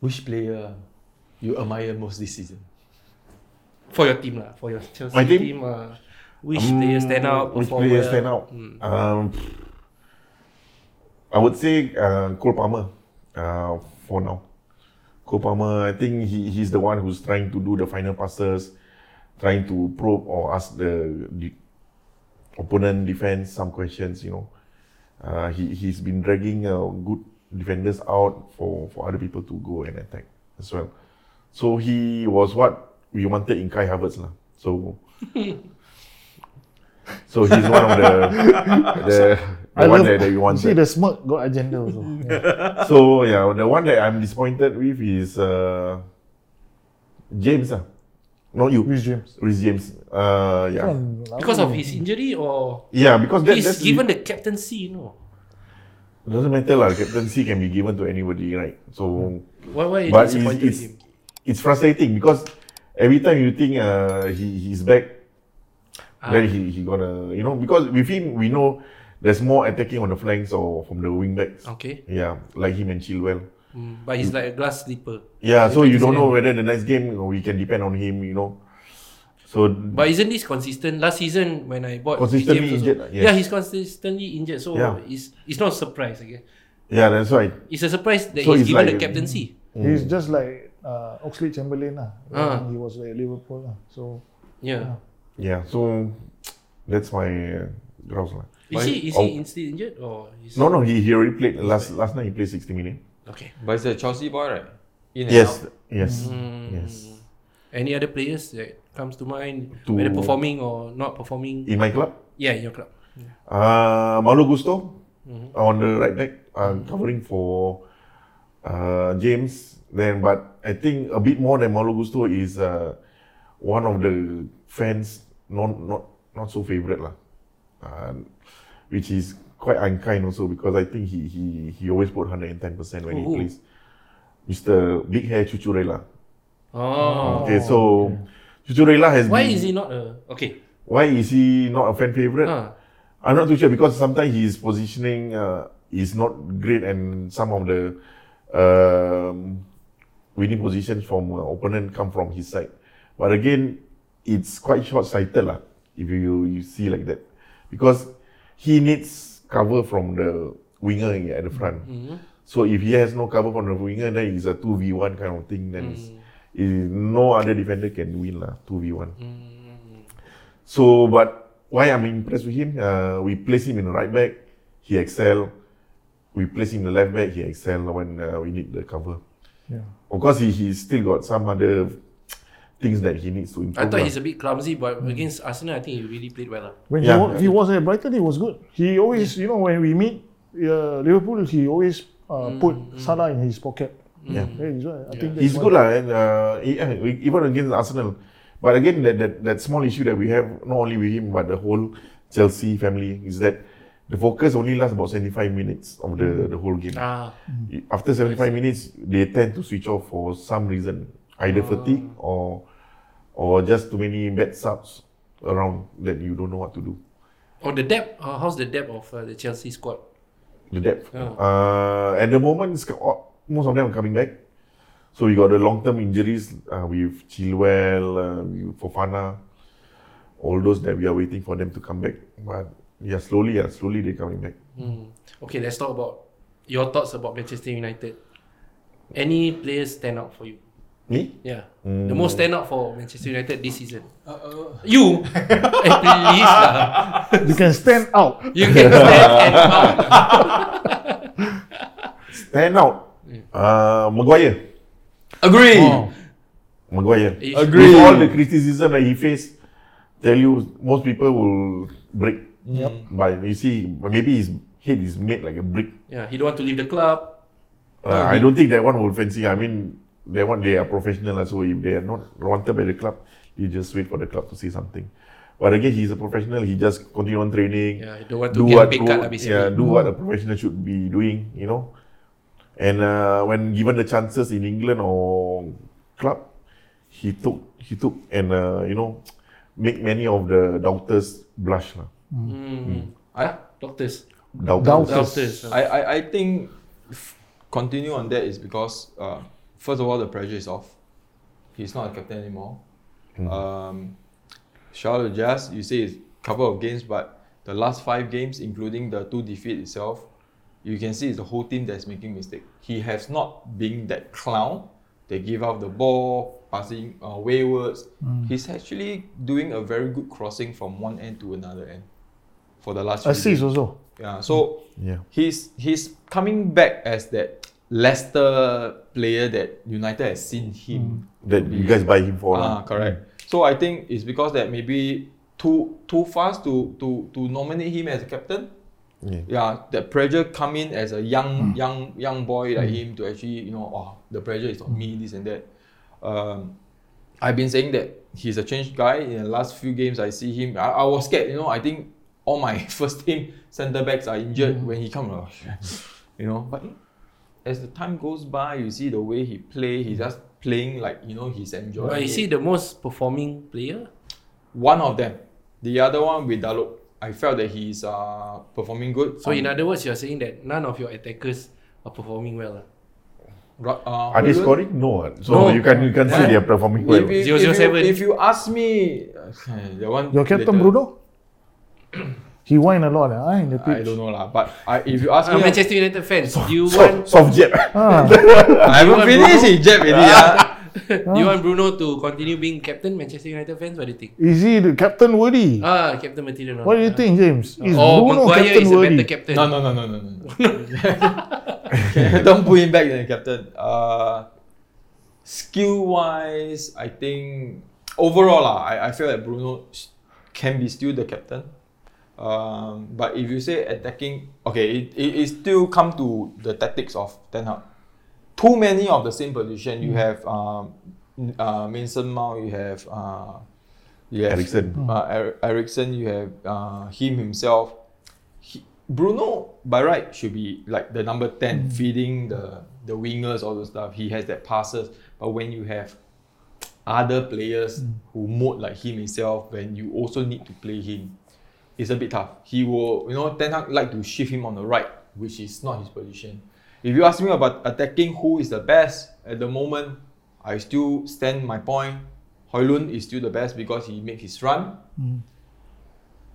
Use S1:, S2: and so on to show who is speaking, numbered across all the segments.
S1: Which player you admire most this season?
S2: For your team lah, for your Chelsea
S3: My team?
S2: team uh, which player stand out?
S3: Which
S2: perform well?
S3: player um,
S2: Hmm.
S3: stand out? Um, I would say uh, Cole Palmer uh, for now. Cole Palmer, I think he, he's the one who's trying to do the final passes, trying to probe or ask the, the opponent defense some questions. You know, uh, he he's been dragging uh, good defenders out for for other people to go and attack as well. So he was what we wanted in Kai Havertz lah. So So he's one of the the, the one that, that we
S4: You See
S3: wanted.
S4: the smirk got agenda also. Yeah.
S3: So yeah, the one that I'm disappointed with is uh, James ah, not you,
S4: Which James?
S3: Rhys James. Uh, yeah,
S4: Kan, lama
S2: Because of
S4: ni.
S2: his injury or
S3: yeah, because that,
S2: he's
S3: that's
S2: given the captaincy, you know.
S3: doesn't matter lah. Captaincy can be given to anybody, right? So
S2: Why why you
S3: But it's-
S2: disappointed
S3: it's-
S2: him?
S3: it's frustrating because every time you think uh, he he's back,
S1: Ah.
S3: then he, he gonna you know because with him we know there's more attacking on the flanks or from the wing backs.
S1: Oh.
S2: Okay.
S3: Yeah, like him and Chilwell.
S2: Mm, but he's like a glass slipper.
S3: Yeah, so you
S2: President.
S3: don't know whether the next game we can depend on him, you know. So
S2: But isn't this consistent? Last season when I bought James
S3: Consistently
S2: also-
S3: injured, yes.
S2: Yeah, he's consistently injured. So
S3: Yeah.
S2: it's it's not a surprise, I guess.
S3: yeah, that's why.
S2: It's a surprise that
S3: So
S2: he's
S3: it's
S2: given
S3: like-
S2: the captaincy.
S4: He's just like uh, Oxlade Chamberlain lah. When
S2: Mm. Ah.
S4: He was like Liverpool lah. So
S2: Yeah.
S3: Yeah, so that's my uh, grouse lah.
S2: Is he is
S3: Oh.
S2: he still injured or is
S3: No, no, he, he already played last last night. He played sixty minutes.
S2: okay?
S1: But it's a Chelsea boy, right? In and
S3: Yes,
S1: out. Hmm.
S3: yes,
S2: Mm.
S3: yes.
S2: Any other players that comes to mind,
S3: To-
S2: whether performing or not performing?
S3: In my club,
S2: Yeah, in your club.
S3: uh, Mauro Gusto
S2: Mm-hmm.
S3: on the right back, uh, covering for uh, James. Then, but I think a bit more than Mauro Gusto is uh, one of the fans not not not so favourite lah, uh, which is quite unkind also because I think he he he always put 110% when he
S2: Who, who?
S3: plays. Mr. Big Hair Chuchurela.
S2: Oh,
S3: Okay, so Chuchurela has
S2: why
S3: been,
S2: is he not a okay?
S3: why is he not a fan favourite?
S2: Ah,
S3: I'm not too sure because sometimes his positioning uh, is not great and some of the um, winning positions from uh, opponent come from his side. But again, it's quite short-sighted lah if you you see like that because he needs cover from the winger in- at the front. So if he has no cover from the winger, then it's a two v one kind of thing. Then it's, it- no other defender can win lah two v one. So, but why I'm impressed with him? Uh, we place him in the right back, he excel. We place him in the left back, he excel when uh, we need the cover.
S4: yeah.
S3: Of course, he he still got some other things that he needs to improve.
S2: I thought
S3: lah.
S2: he's a bit clumsy, but against Arsenal, I think he really played well. ah. lah.
S4: When
S3: Yeah.
S4: he, wa- he was at Brighton, he was good. He always, you know, when we meet uh, Liverpool, he always uh,
S2: Mm,
S4: put Salah in his pocket.
S3: Yeah.
S4: That is why I think that's
S3: He's
S4: why-
S3: good lah, and uh, he- eh, we- even against Arsenal. But again, that, that that small issue that we have not only with him but the whole Chelsea family is that the focus only lasts about 75 minutes of the, the whole game.
S2: Ah,
S3: After 75 minutes, they tend to switch off for some reason, either fatigue or or just too many bad subs around that you don't know what to do.
S2: or the depth. Uh, how's the depth of uh, the Chelsea squad?
S3: The depth.
S2: Yeah.
S3: Uh, at the moment, it's, co- all- most of them are coming back. So you got the long-term injuries uh, with Chilwell, uh, with Fofana, all those that we are waiting for them to come back. But yeah, slowly, yeah, slowly they're coming back.
S2: Mm. Okay, let's talk about your thoughts about Manchester United. Any players stand out for you?
S3: Me?
S2: Yeah, the most stand out for Manchester United this season. You, eh, please lah.
S4: You can stand out.
S2: You can stand and out.
S3: Stand out. Uh, Maguire.
S2: Agree.
S3: Maguire.
S2: Ish.
S1: Agree.
S3: With all the criticism that he faced, tell you, most people will break.
S4: Yep.
S3: But you see, maybe his head is made like a brick.
S2: Yeah, he don't want to leave the club.
S3: Uh, I don't think that one will fancy. I mean, that one they are professional, lah, so if they are not wanted by the club, you just wait for the club to say something. But again, he's a professional. He just continue on training.
S2: Yeah, he don't want to
S3: do
S2: get
S3: what
S2: a pay cut lah, basically.
S3: yeah, do what a ya, professional should be doing. You know, and uh, when given the chances in England or club, he took he took and uh, you know make many of the doubters blush lah.
S2: Mm.
S1: I,
S2: Doctors.
S3: Doubters.
S4: Doubters.
S2: Doctors.
S1: I, I, I think f- continue on that is because uh, first of all, the pressure is off. He's not a captain anymore. Um, shout out to Jazz. You say it's a couple of games, but the last five games, including the two defeat itself, you can see it's the whole team that's making mistake. He has not been that clown. They give up the ball, passing uh, waywards. He's actually doing a very good crossing from one end to another end for the last. few games.
S4: Assist also.
S1: Yeah, so
S3: Yeah.
S1: he's he's coming back as that Leicester player that United has seen him.
S3: That you guys buy him for.
S1: Ah,
S3: lah.
S1: correct. So I think it's because that maybe too too fast to to to nominate him as a captain.
S3: Yeah.
S1: that pressure come in as a young young young boy like him to actually you know oh the pressure is on me this and that. Um, I've been saying that he's a changed guy. In the last few games, I see him. I, I was scared, you know. I think all my first team centre backs are injured when he comes. you know, but as the time goes by, you see the way he play. He's just playing like you know he's
S4: Oh,
S1: enjoying.
S2: But is
S1: it.
S2: he the most performing player?
S1: one of them? The other one with Dalot, I felt that he's uh, performing good.
S2: So
S1: Um,
S2: in other words, you're saying that none of your attackers are performing well. lah.
S1: Ra- uh,
S3: Are they
S1: Højlund?
S3: scoring? No. ah. So
S2: No.
S3: you can you can see they are performing well.
S1: If you,
S2: Zero,
S1: if,
S2: zero,
S1: you,
S2: seven.
S1: if you ask me, the one
S4: Your captain
S1: later,
S4: Bruno? he whine a lot eh, ah, in the
S1: I
S4: pitch.
S1: don't know lah. But I, if you ask
S2: Uh,
S1: me, I,
S2: Manchester United fans, do you
S3: Soft,
S2: want
S3: soft jab.
S4: Ah,
S1: haven't
S2: want
S1: finished
S2: Bruno?
S1: it, Jeb. already, ah.
S2: do you want Bruno to continue being captain Manchester United fans? What do you think?
S4: is he the captain worthy?
S2: Ah, captain material. or
S4: Hmm. what do you
S2: not, ah?
S4: think, James? Is
S2: oh,
S4: Bruno
S2: Maguire
S4: captain
S2: is a
S4: worthy?
S2: better captain.
S1: No, no, no, no, no, no. Don't put him back in the captain. Uh, skill wise, I think overall lah, I, I feel that Bruno s- can be still the captain. Um, but if you say attacking, okay, it, it, it still come to the tactics of Ten Hag. Too many of the same position. You have um, n- uh, Mason Mount. You have uh, you have
S3: Eriksen.
S1: Uh, er- Eriksen. You have uh, him himself. He- Bruno by right should be like the number ten, feeding the the wingers all the stuff. He has that passes. But when you have other players who mode like him himself, when you also need to play him, it's a bit tough. He will, you know, Ten Hag like to shift him on the right, which is not his position. If you ask me about attacking who is the best at the moment, I still stand my point. Hoylund is still the best because he made his run.
S3: Hmm.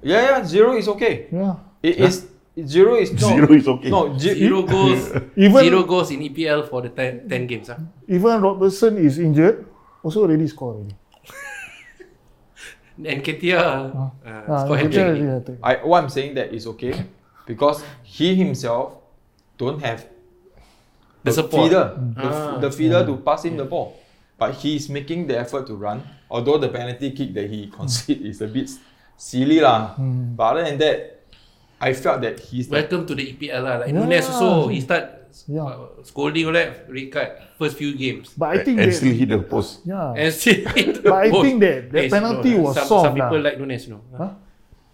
S1: Yeah, yeah, zero is okay.
S4: Yeah.
S1: It is zero is no,
S3: Zero is okay.
S1: No, ze-
S2: Zero goals.
S4: Even-
S2: zero goals in EPL for the ten, 10 games. Ah,
S4: Even Robertson is injured, also already scored already.
S2: And Ketia uh,
S4: Ah,
S2: scored hat-trick.
S4: Ketia already hat-trick.
S1: I what I'm saying that is okay because he himself don't have
S2: The support.
S1: feeder, the, f-
S2: Ah.
S1: the feeder to pass him the ball, but he is making the effort to run. Although the penalty kick that he conceded is a bit silly lah, but other than that, I felt that he's the
S2: Welcome to the EPL lah. Like
S4: Yeah.
S2: Nunes also, he start
S4: Yeah.
S2: uh, scolding all that, red card, first few games.
S4: But I think
S3: and
S4: that,
S3: still hit the post.
S4: yeah,
S2: And still hit the
S4: But I
S2: post.
S4: think that- that
S2: Yes, you know,
S4: penalty was
S2: eh, some,
S4: soft
S2: Some people
S4: lah.
S2: like Nunes, you know.
S4: Huh?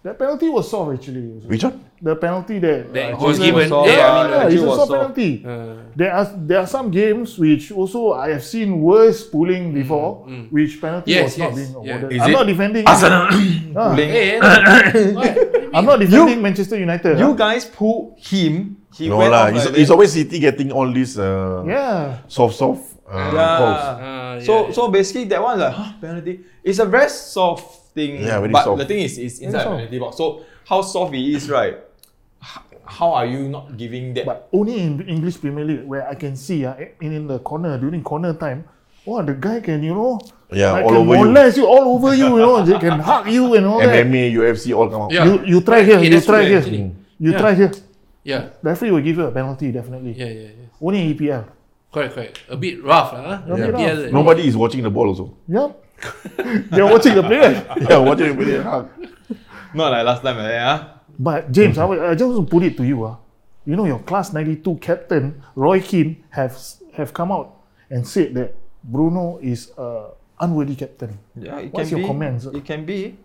S4: that penalty was soft actually.
S3: Which one?
S4: The penalty that
S2: That
S4: uh,
S2: was
S4: Chelsea
S2: given.
S1: soft,
S2: Yeah, I
S4: Yeah,
S2: mean,
S4: yeah,
S1: actually
S4: it's a
S1: was
S4: soft
S1: soft.
S4: penalty.
S2: Uh,
S4: There are there are some games which also I have seen worse pulling before, which
S2: Mm,
S4: penalty
S2: Yes,
S4: was
S2: yes,
S4: not being
S2: yeah.
S4: awarded.
S1: Is
S4: I'm
S1: it-
S4: not defending. Ah,
S1: pulling.
S2: hey, hey, what?
S4: I'm not defending Manchester United.
S1: You
S4: ah.
S1: guys pull him. He
S3: No
S1: went
S3: lah.
S1: off
S3: It's,
S1: like
S3: it's
S1: that.
S3: always City getting all these uh,
S4: yeah,
S3: soft soft uh,
S1: Yeah.
S3: calls.
S2: Ah,
S1: so
S2: yeah,
S1: so basically that one is like huh, penalty. It's a very soft thing.
S3: Yeah, very
S1: but
S3: soft.
S1: the thing is, it's inside
S4: soft.
S1: penalty box. So how soft it is, right? h- How are you not giving that?
S4: but only in English Premier League where I can see ah, in, in the corner during corner time. Oh, the guy can you know,
S3: Yeah,
S4: like
S3: all
S4: can
S3: over you.
S4: molest you. all over you, you know, they can hug you and all that.
S3: MMA, UFC, all come out.
S2: Yeah.
S4: You you try here,
S2: Eh,
S4: you
S2: that's
S4: try
S2: true,
S4: here,
S2: actually.
S4: you
S2: Yeah.
S4: try here.
S2: yeah,
S4: Referee will give you a penalty definitely.
S2: yeah, yeah, yeah.
S4: Only in E EPL.
S2: Correct, correct. A bit rough lah. Huh?
S4: Yeah.
S2: EPL, eh.
S3: Nobody is watching the ball also.
S4: Yeah. They're watching the players.
S3: yeah, watching the player. hug.
S1: Not like last time, eh? huh?
S4: But James, I, will- I just want to put it to you. ah, You know, your class 92 captain, Roy Keane, have, have come out and said that Bruno is a unworthy captain.
S1: Yeah, it
S4: What's
S1: can be.
S4: your comments?
S1: It can be.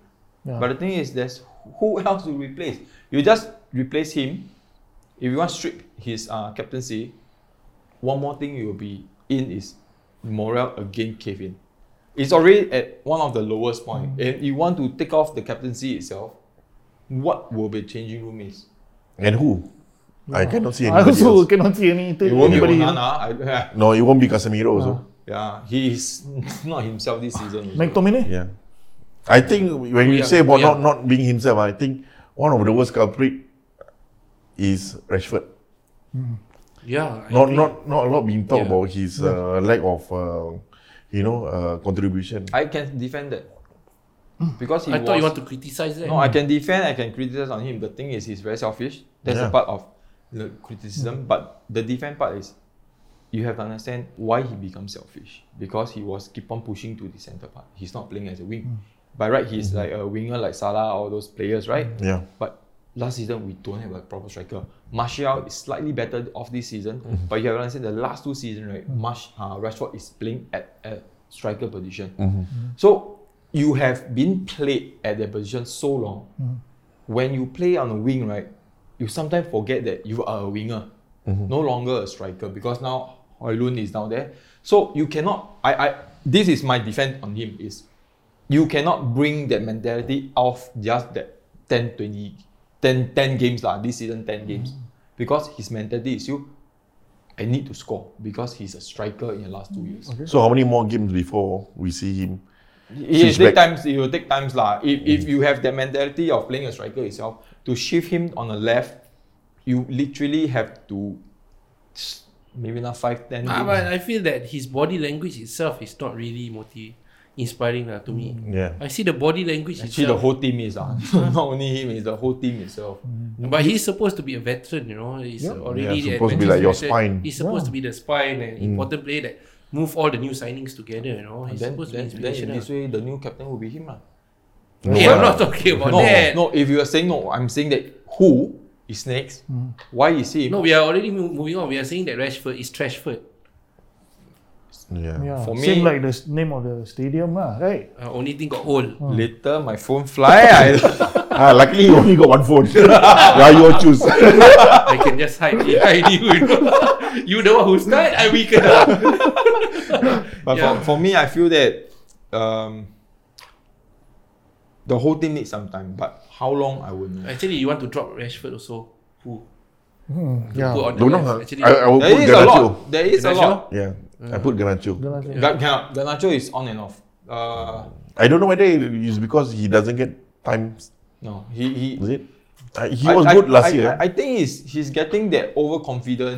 S4: Yeah.
S1: But the thing is, there's who else to replace? You just replace him. If you want to strip his uh, captaincy, one more thing you will be in is morale again cave in. It's already at one of the lowest point. And you want to take off the captaincy itself, what will be changing room is?
S3: And who? I cannot see
S4: I
S3: anybody
S4: also
S3: else.
S4: cannot see any,
S1: It won't be
S4: anybody. you know.
S1: Onana. I,
S3: No, it won't be Casemiro also.
S1: yeah, he's not himself this season. also.
S4: McTominay?
S3: Yeah. I think when you
S2: Koyak,
S3: say about
S2: koyak.
S3: not, not being himself, I think one of the worst culprit is Rashford.
S2: Yeah. I
S3: Not
S2: agree.
S3: not not a lot being talked
S2: Yeah.
S3: about his uh, lack of uh, you know uh, contribution.
S1: I can defend that because he
S2: I
S1: was.
S2: thought you want to criticize that.
S1: no, I can defend. I can criticize on him. The thing is, he's very selfish. That's a
S3: Yeah.
S1: part of the criticism. But the defense part is, you have to understand why he becomes selfish because he was keep on pushing to the center part. He's not playing as a
S3: Hmm.
S1: wing. By right, he's like a winger like Salah all those players, right?
S3: Yeah.
S1: But last season we don't have a proper striker. Martial is slightly better off this season, but you have to understand the last two seasons, right? Marsh, uh, Rashford is playing at a striker position. So you have been played at that position so long. When you play on a wing, right, you sometimes forget that you are a winger, no longer a striker because now Hoylund is down there. So you cannot. I, I this is my defense on him is you cannot bring that mentality of just that 10, 20, 10, 10 games lah, this season 10
S2: Mm.
S1: games. Because his mentality is you, I need to score because he's a striker in the last two years.
S3: So how many more games before we see him?
S1: It will
S3: He's
S1: take
S3: back.
S1: times, it will take times lah. If, if you have that mentality of playing a striker itself, to shift him on the left, you literally have to s- maybe not 5, 10
S2: Ah,
S1: games.
S2: but I feel that his body language itself is not really motiv- inspiring lah to me.
S3: Mm, Yeah.
S2: I see the body language
S1: Actually, the
S2: itself.
S1: whole team is lah. not only him, it's the whole team itself.
S2: But he's supposed to be a veteran, you know. He's already at
S3: Yeah, supposed to be
S2: Manchester
S3: like your
S2: United.
S3: spine. Mm.
S2: He's supposed to be the spine and important player that move all the new signings together, you know. He's
S1: Then,
S2: supposed
S1: then,
S2: to be
S1: then in
S2: inspirational.
S1: this way, the new captain will be him lah.
S2: hey, I'm not talking about
S1: no,
S2: that. No,
S1: no. If you are saying no, I'm saying that who is next? Why is he?
S2: we are already mo- moving on. We are saying that Rashford is Trashford.
S3: Yeah.
S4: Yeah.
S1: For me-
S4: Same like the s- name of the stadium, lah, right?
S2: Uh, only thing got old.
S3: Hmm.
S1: Later, my phone fly. I,
S3: Ah, luckily you only got one phone. yeah, you all choose.
S2: I can just hide behind you. You, know? you the one who start, I we cannot.
S1: but
S2: Yeah.
S1: for, for me, I feel that um, the whole team needs some time. But how long I would know?
S2: Actually, you want to drop Rashford also? Who?
S4: Yeah.
S2: Put on the
S3: Don't know.
S2: left.
S3: huh?
S2: Actually,
S3: I, I will
S1: There
S3: put
S1: is a
S3: Garnacho.
S1: lot. There is a
S2: Garnacho?
S1: lot.
S3: Yeah. I put Garnacho.
S4: Garnacho.
S1: Ga- Ga- Garnacho is on and off. Uh,
S3: I don't know whether it's because he doesn't get time.
S1: no, he he.
S3: Is it? Uh, he
S1: I-
S3: was
S1: I-
S3: good last
S1: I,
S3: year.
S1: I, I think he's he's getting that overconfident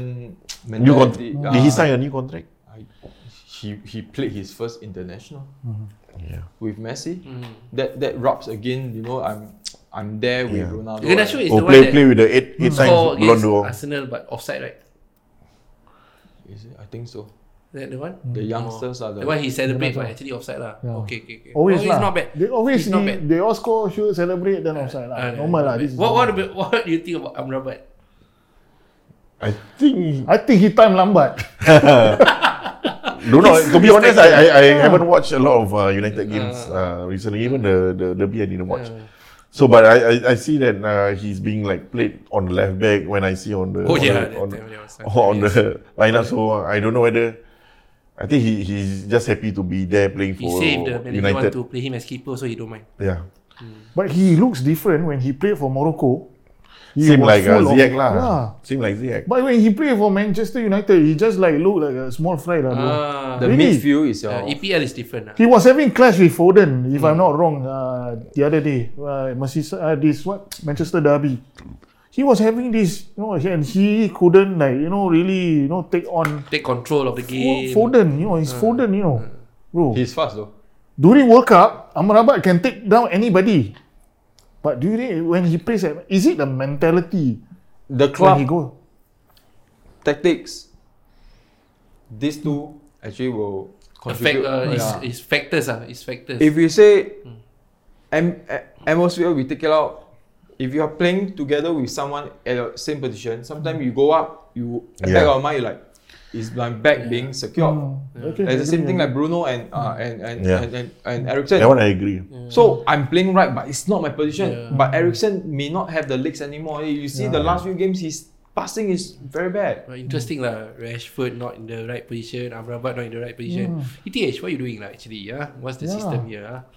S3: new con-
S1: mentality.
S3: Did
S1: Uh,
S3: he sign a new contract?
S1: I, he he played his first international
S3: Yeah.
S1: with Messi.
S2: Mm.
S1: That that rubs again. You know, I'm I'm there with
S3: Yeah.
S1: Ronaldo.
S2: Garnacho is
S3: Oh,
S2: the
S3: play
S2: one
S3: play
S2: that Mm.
S3: with the eight eight times
S2: scored against
S3: Blondo.
S2: Arsenal but offside, right?
S1: Is it? I think so.
S2: That the one?
S1: The youngsters are the.
S2: The one he celebrate
S4: Garnacho.
S2: but actually offside lah.
S4: Yeah.
S2: Okay, okay, okay.
S4: Always
S2: oh,
S4: lah.
S2: it's not bad.
S4: They always
S2: It's not
S4: they-
S2: bad.
S4: They all score, shoot, celebrate, then offside lah.
S2: Ah,
S4: normal
S2: not
S4: lah.
S2: bad.
S4: This is
S2: what, what,
S4: normal.
S2: about, what do you think about Amrabat?
S3: I think.
S4: I think he time lambat.
S3: Don't know. To be
S2: he's
S3: honest, I
S2: like-
S3: I, I haven't watched a lot of uh, United games uh, recently. Even the the derby I didn't watch.
S2: Uh.
S3: So, but I, I, I see that uh, he's being like played on the left back when I see on the
S2: Oh,
S3: on
S2: yeah,
S3: the,
S2: that
S3: on,
S2: time there was something,
S3: Oh, on the lineup. So I don't know whether I think he, he's just happy to be there playing
S2: He
S3: for
S2: saved the manager want
S3: United.
S2: to play him as keeper so he don't mind.
S3: Yeah,
S4: But he looks different when he played for Morocco. He
S3: same
S4: was
S3: like uh,
S4: full of-
S3: Ziyech lah.
S4: Yeah.
S3: Same like Ziyech.
S4: But when he played for Manchester United, he just like looked like a small fry lah. bro.
S2: Ah,
S1: the
S4: Really?
S1: midfield is your.
S2: uh, EPL is different lah.
S4: He was having clash with Foden, if I'm
S2: Hmm.
S4: not wrong, uh, the other day. Uh, Manchester, uh, this what Manchester derby. He was having this, you know, and he couldn't like you know really you know take on
S2: Take control of the game. Ah.
S4: Foden. You know, he's Foden. You know, bro.
S1: he's fast though.
S4: during World Cup, Amrabat can take down anybody. But during when he plays, at- is it the mentality
S1: The
S4: when
S1: club
S4: he go?
S1: tactics. These two actually will
S2: Affect,
S1: contribute.
S2: uh, Mm.
S1: Yeah.
S2: is, is factors ah, is factors.
S1: if you say am- a- atmosphere, we take it out. If you are playing together with someone at the same position, sometimes you go up, you back
S3: Yeah. Mm.
S1: of mind, you like, is my back being secured?
S4: Hmm. Okay,
S1: It's the same thing
S4: yeah.
S1: like Bruno and uh, and and,
S3: Yeah.
S1: and and and
S3: That
S1: Ericsson.
S3: one I agree.
S1: So I'm playing right, but it's not my position.
S2: Yeah.
S1: But Ericsson may not have the legs anymore. You see, the last few games, his passing is very bad.
S2: Well, interesting lah. Rashford not in E the right position. Amrabat not in the right position. ETH, what you doing lah actually? Yeah, what's the
S4: Yeah.
S2: system here? ah?